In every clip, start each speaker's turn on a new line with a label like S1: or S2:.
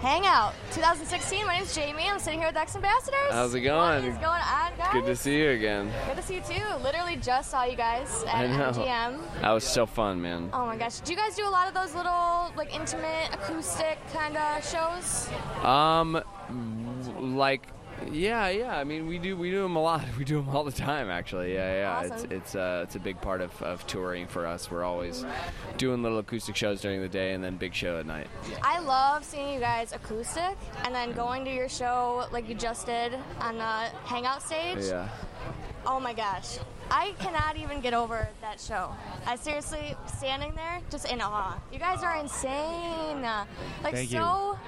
S1: Hangout 2016. My name's Jamie. I'm sitting here with Ex Ambassadors.
S2: How's it going?
S1: What is going on, guys?
S2: Good to see you again.
S1: Good to see you too. Literally just saw you guys at
S2: I know.
S1: MGM.
S2: That was so fun, man.
S1: Oh my gosh. Do you guys do a lot of those little like intimate acoustic kind of shows?
S2: Um, w- like, yeah, yeah. I mean, we do we do them a lot. We do them all the time, actually. Yeah, yeah.
S1: Awesome.
S2: It's it's uh, it's a big part of, of touring for us. We're always doing little acoustic shows during the day and then big show at night.
S1: I love seeing you guys acoustic and then going to your show like you just did on the Hangout stage.
S2: Yeah.
S1: Oh my gosh. I cannot even get over that show. I seriously standing there just in awe. You guys are insane. Like
S3: Thank you.
S1: so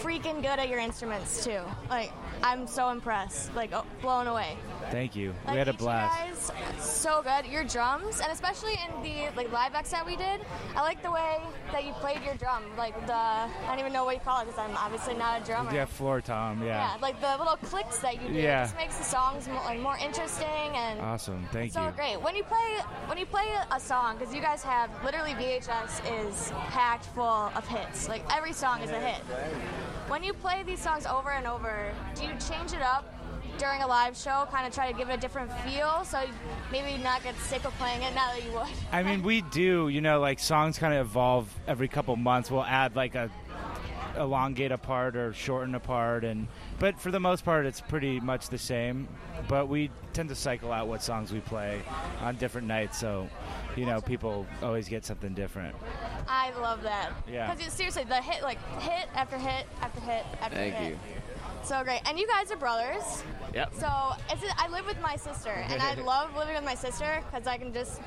S1: freaking good at your instruments too. Like I'm so impressed. Like oh, blown away.
S3: Thank you.
S1: Like,
S3: we had a
S1: each of
S3: blast.
S1: You guys, so good. Your drums, and especially in the like live acts that we did, I like the way that you played your drum. Like the I don't even know what you call it because I'm obviously not a drummer.
S3: Yeah, floor tom.
S1: Yeah,
S3: Yeah.
S1: like the little clicks that you do.
S3: Yeah. Uh,
S1: It just makes the songs more, like more interesting and
S3: Awesome. Thank
S1: so
S3: you.
S1: great. When you play when you play a song, because you guys have literally VHS is packed full of hits. Like every song is a hit. When you play these songs over and over, do you change it up during a live show? Kind of try to give it a different feel, so you maybe not get sick of playing it. Not that you would.
S3: I mean, we do. You know, like songs kind of evolve every couple months. We'll add like a elongate a part or shorten a part, and but for the most part, it's pretty much the same. But we tend to cycle out what songs we play on different nights, so you know, people always get something different.
S1: I love that.
S3: Yeah.
S1: Because seriously, the hit like hit after hit after hit after
S2: Thank
S1: hit.
S2: you.
S1: So great. And you guys are brothers.
S2: Yep.
S1: So it's, I live with my sister, and I love living with my sister because I can just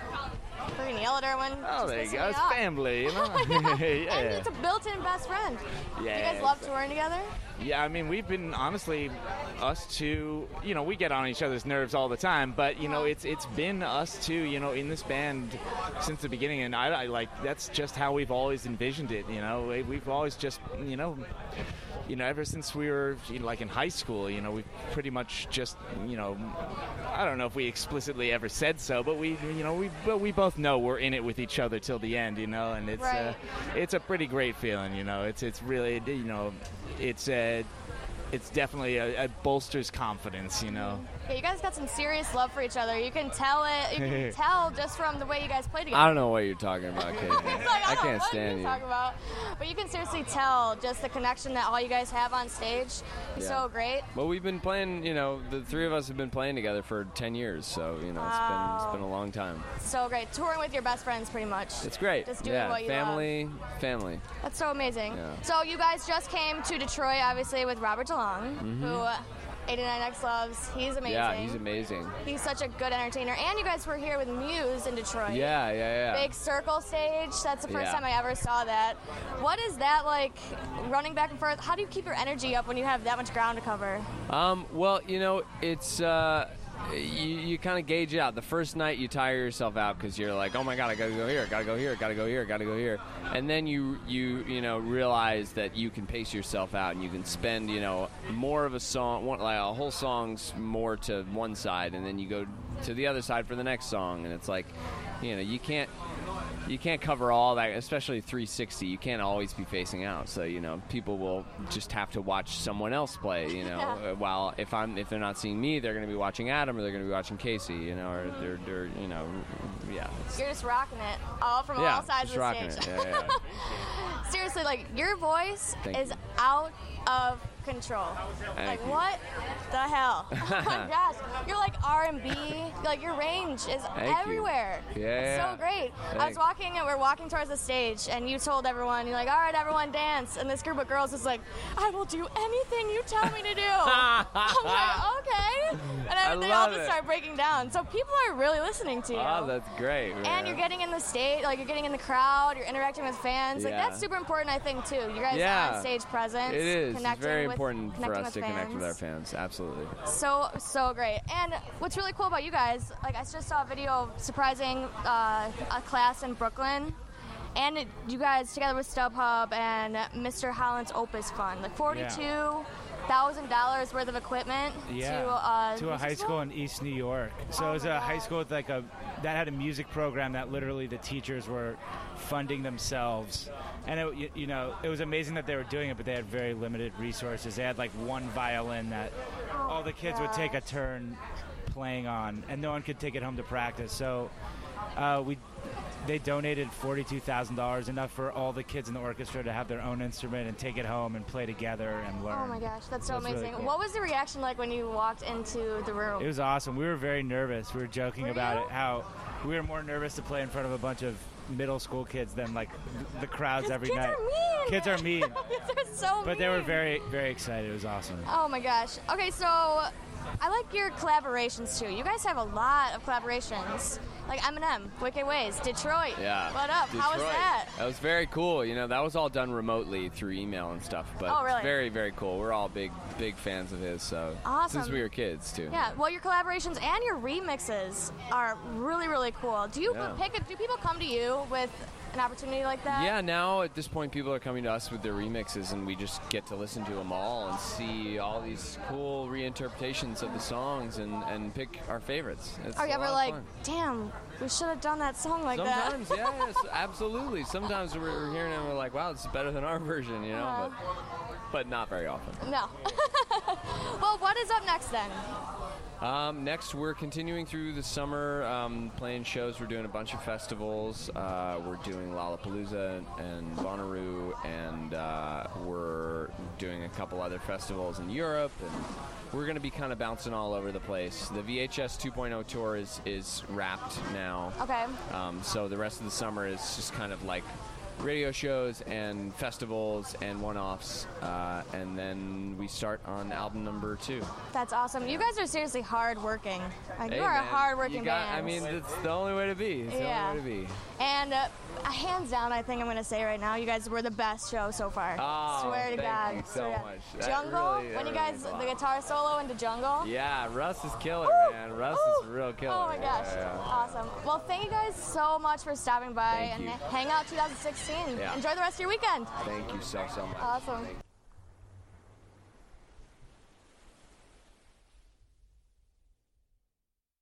S1: freaking yell at her when
S2: Oh,
S1: she's pissing me Oh
S2: there you go. It's
S1: off.
S2: family, you know.
S1: And
S2: yeah.
S1: it's a built-in best friend. Do you
S4: Yeah,
S1: guys love
S4: exactly.
S1: touring together?
S4: Yeah, I mean, we've been honestly, us two. You know, we get on each other's nerves all the time, but you
S1: Uh-huh.
S4: know, it's it's been us two. You know, in this band since the beginning, and I, I like that's just how we've always envisioned it. You know, We- we've always just you know. You know, ever since we were you know, like in high school, you know, we pretty much just, you know, I don't know if we explicitly ever said so, but we, you know, we, but we both know we're in it with each other till the end, you know, and it's,
S1: Right.
S4: uh, it's a pretty great feeling, you know. It's it's really you know, it's a, it's definitely a, it bolsters confidence, you know.
S1: Yeah, you guys got some serious love for each other. You can tell it. You can tell just from the way you guys play together.
S2: I don't know what you're talking about, kid.
S1: It's like, I,
S2: I
S1: don't
S2: can't
S1: know
S2: stand
S1: what
S2: you.
S1: you. Talk about. But you can seriously tell just the connection that all you guys have on stage. It's
S2: Yeah.
S1: so great.
S2: Well, we've been playing. You know, the three of us have been playing together for ten years. So you know, it's been
S1: Wow.
S2: it's been a long time.
S1: So great. Touring with your best friends, pretty much.
S2: It's great.
S1: Just doing
S2: yeah,
S1: what you
S2: family, family.
S1: That's so amazing.
S2: Yeah.
S1: So you guys just came to Detroit, obviously, with Robert DeLong, who uh, 89X loves. He's amazing.
S2: Mm-hmm. Yeah, he's amazing.
S1: He's such a good entertainer. And you guys were here with Muse in Detroit.
S2: Yeah, yeah, yeah.
S1: Big circle stage. That's the first
S2: Yeah.
S1: time I ever saw that. What is that like, running back and forth? How do you keep your energy up when you have that much ground to cover?
S2: Um, well, you know, it's uh, you, you kind of gauge it out. The first night you tire yourself out because you're like, oh my god, I gotta go here, gotta go here, gotta go here, gotta go here, and then you you you know realize that you can pace yourself out and you can spend you know more of a song, one, like a whole song's more to one side, and then you go to the other side for the next song, and it's like, you know, you can't. You can't cover all that, especially 360. You can't always be facing out, so you know people will just have to watch someone else play. You know,
S1: Yeah.
S2: uh, while if I'm if they're not seeing me, they're going to be watching Adam or they're going to be watching Casey, you know, or they're they're you know, yeah, it's-
S1: You're just rocking it all from
S2: yeah,
S1: all sides of
S2: just
S1: the
S2: rocking
S1: stage.
S2: it. Yeah, yeah.
S1: Seriously, like your voice
S2: Thank
S1: is
S2: you.
S1: out of control. like
S2: Thank you.
S1: what the hell? oh my gosh, you're like R and B. Like your range is
S2: Thank you.
S1: everywhere. it's
S2: Yeah.
S1: so great. I was
S2: Thanks.
S1: walking and we are walking towards the stage, and you told everyone, you're like, all right, everyone dance. And this group of girls is like, I will do anything you tell me to do. I'm like, okay. And
S2: I
S1: then they all
S2: love
S1: just
S2: it.
S1: start breaking down. So people are really listening to you.
S2: oh, that's great. man.
S1: And you're getting in the state, like you're getting in the crowd, you're interacting with fans. Like
S2: Yeah.
S1: that's super important, I think, too. You guys
S2: Yeah.
S1: on stage presence.
S2: It is. It's
S1: Connecting
S2: very
S1: with,
S2: important for
S1: connecting
S2: us to connect with our fans. Absolutely.
S1: So so great. And what's really cool about you guys, like I just saw a video of surprising uh, a class in Brooklyn. And it, you guys together with StubHub and Mr. Holland's Opus Fund, like 42 thousand dollars worth of equipment
S3: yeah,
S1: to uh,
S3: to a high school in East New York. So
S1: Oh
S3: it was
S1: my
S3: a
S1: God.
S3: high school with like a that had a music program that literally the teachers were funding themselves, and it, you, you know it was amazing that they were doing it, but they had very limited resources. They had like one violin that
S1: Oh
S3: all the kids would take a turn playing on, and no one could take it home to practice. So uh, we. They donated forty-two thousand dollars, enough for all the kids in the orchestra to have their own instrument and take it home and play together and learn.
S1: Oh my gosh, that's so
S3: That's really
S1: amazing.
S3: cool.
S1: What was the reaction like when you walked into the room?
S3: It was awesome. We were very nervous. We were joking
S1: Were
S3: about
S1: you?
S3: it. How we were more nervous to play in front of a bunch of middle school kids than like th- the crowds every
S1: Kids
S3: night.
S1: are mean.
S3: Kids are mean.
S1: Kids are so
S3: But they were
S1: mean.
S3: very, very excited. It was awesome.
S1: Oh my gosh. Okay, so I like your collaborations too. You guys have a lot of collaborations. Like Eminem, Wicked Ways, Detroit.
S2: Yeah.
S1: What up? How was
S2: Detroit.
S1: that?
S2: That was very cool. You know, that was all done remotely through email and stuff. But
S1: Oh, really?
S2: it's very, very cool. We're all big, big fans of his. So since
S1: Awesome.
S2: we were kids too.
S1: Yeah, well, your collaborations and your remixes are really, really cool. Do you
S2: Yeah.
S1: pick? Do people come to you with an opportunity like that?
S2: Yeah, now at this point, people are coming to us with their remixes, and we just get to listen to them all and see all these cool reinterpretations of the songs and, and pick our favorites. It's
S1: Are you
S2: a
S1: ever
S2: lot
S1: like,
S2: of fun.
S1: damn, we should have done that song like
S2: Sometimes,
S1: that?
S2: yeah, yes, absolutely. Sometimes we're, we're hearing it and we're like, wow, this is better than our version, you know?
S1: Uh-huh.
S2: But, but not very often.
S1: no. well, what is up next then?
S2: Um, next, we're continuing through the summer um, playing shows. We're doing a bunch of festivals. Uh, we're doing Lollapalooza and Bonnaroo, and uh, we're doing a couple other festivals in Europe. And we're going to be kind of bouncing all over the place. The VHS 2.0 tour is is wrapped now.
S1: Okay.
S2: Um, so the rest of the summer is just kind of like radio shows and festivals and one-offs, uh, and then we start on album number two.
S1: That's awesome. You guys are seriously hardworking. Like,
S2: Hey,
S1: you are a
S2: man,
S1: hardworking
S2: you got-
S1: band.
S2: I mean, it's the only way to be. It's
S1: Yeah.
S2: the only way to be.
S1: and uh, hands down, I think I'm going to say right now, you guys were the best show so far.
S2: Oh,
S1: Swear to
S2: thank
S1: God.
S2: you so
S1: Swear to God.
S2: much. That
S1: Jungle,
S2: really- that
S1: when you
S2: really
S1: guys,
S2: means a lot.
S1: the guitar solo into Jungle.
S2: Yeah, Russ is killer,
S1: Woo!
S2: man. Russ is
S1: Woo!
S2: a real killer.
S1: Oh my gosh,
S2: Yeah, yeah.
S1: awesome. Well, thank you guys so much for stopping by
S2: Thank
S1: and
S2: you.
S1: hang out 2016.
S2: Yeah.
S1: Enjoy the rest of your weekend.
S2: Thank you so, so much.
S1: Awesome.
S2: Thank you.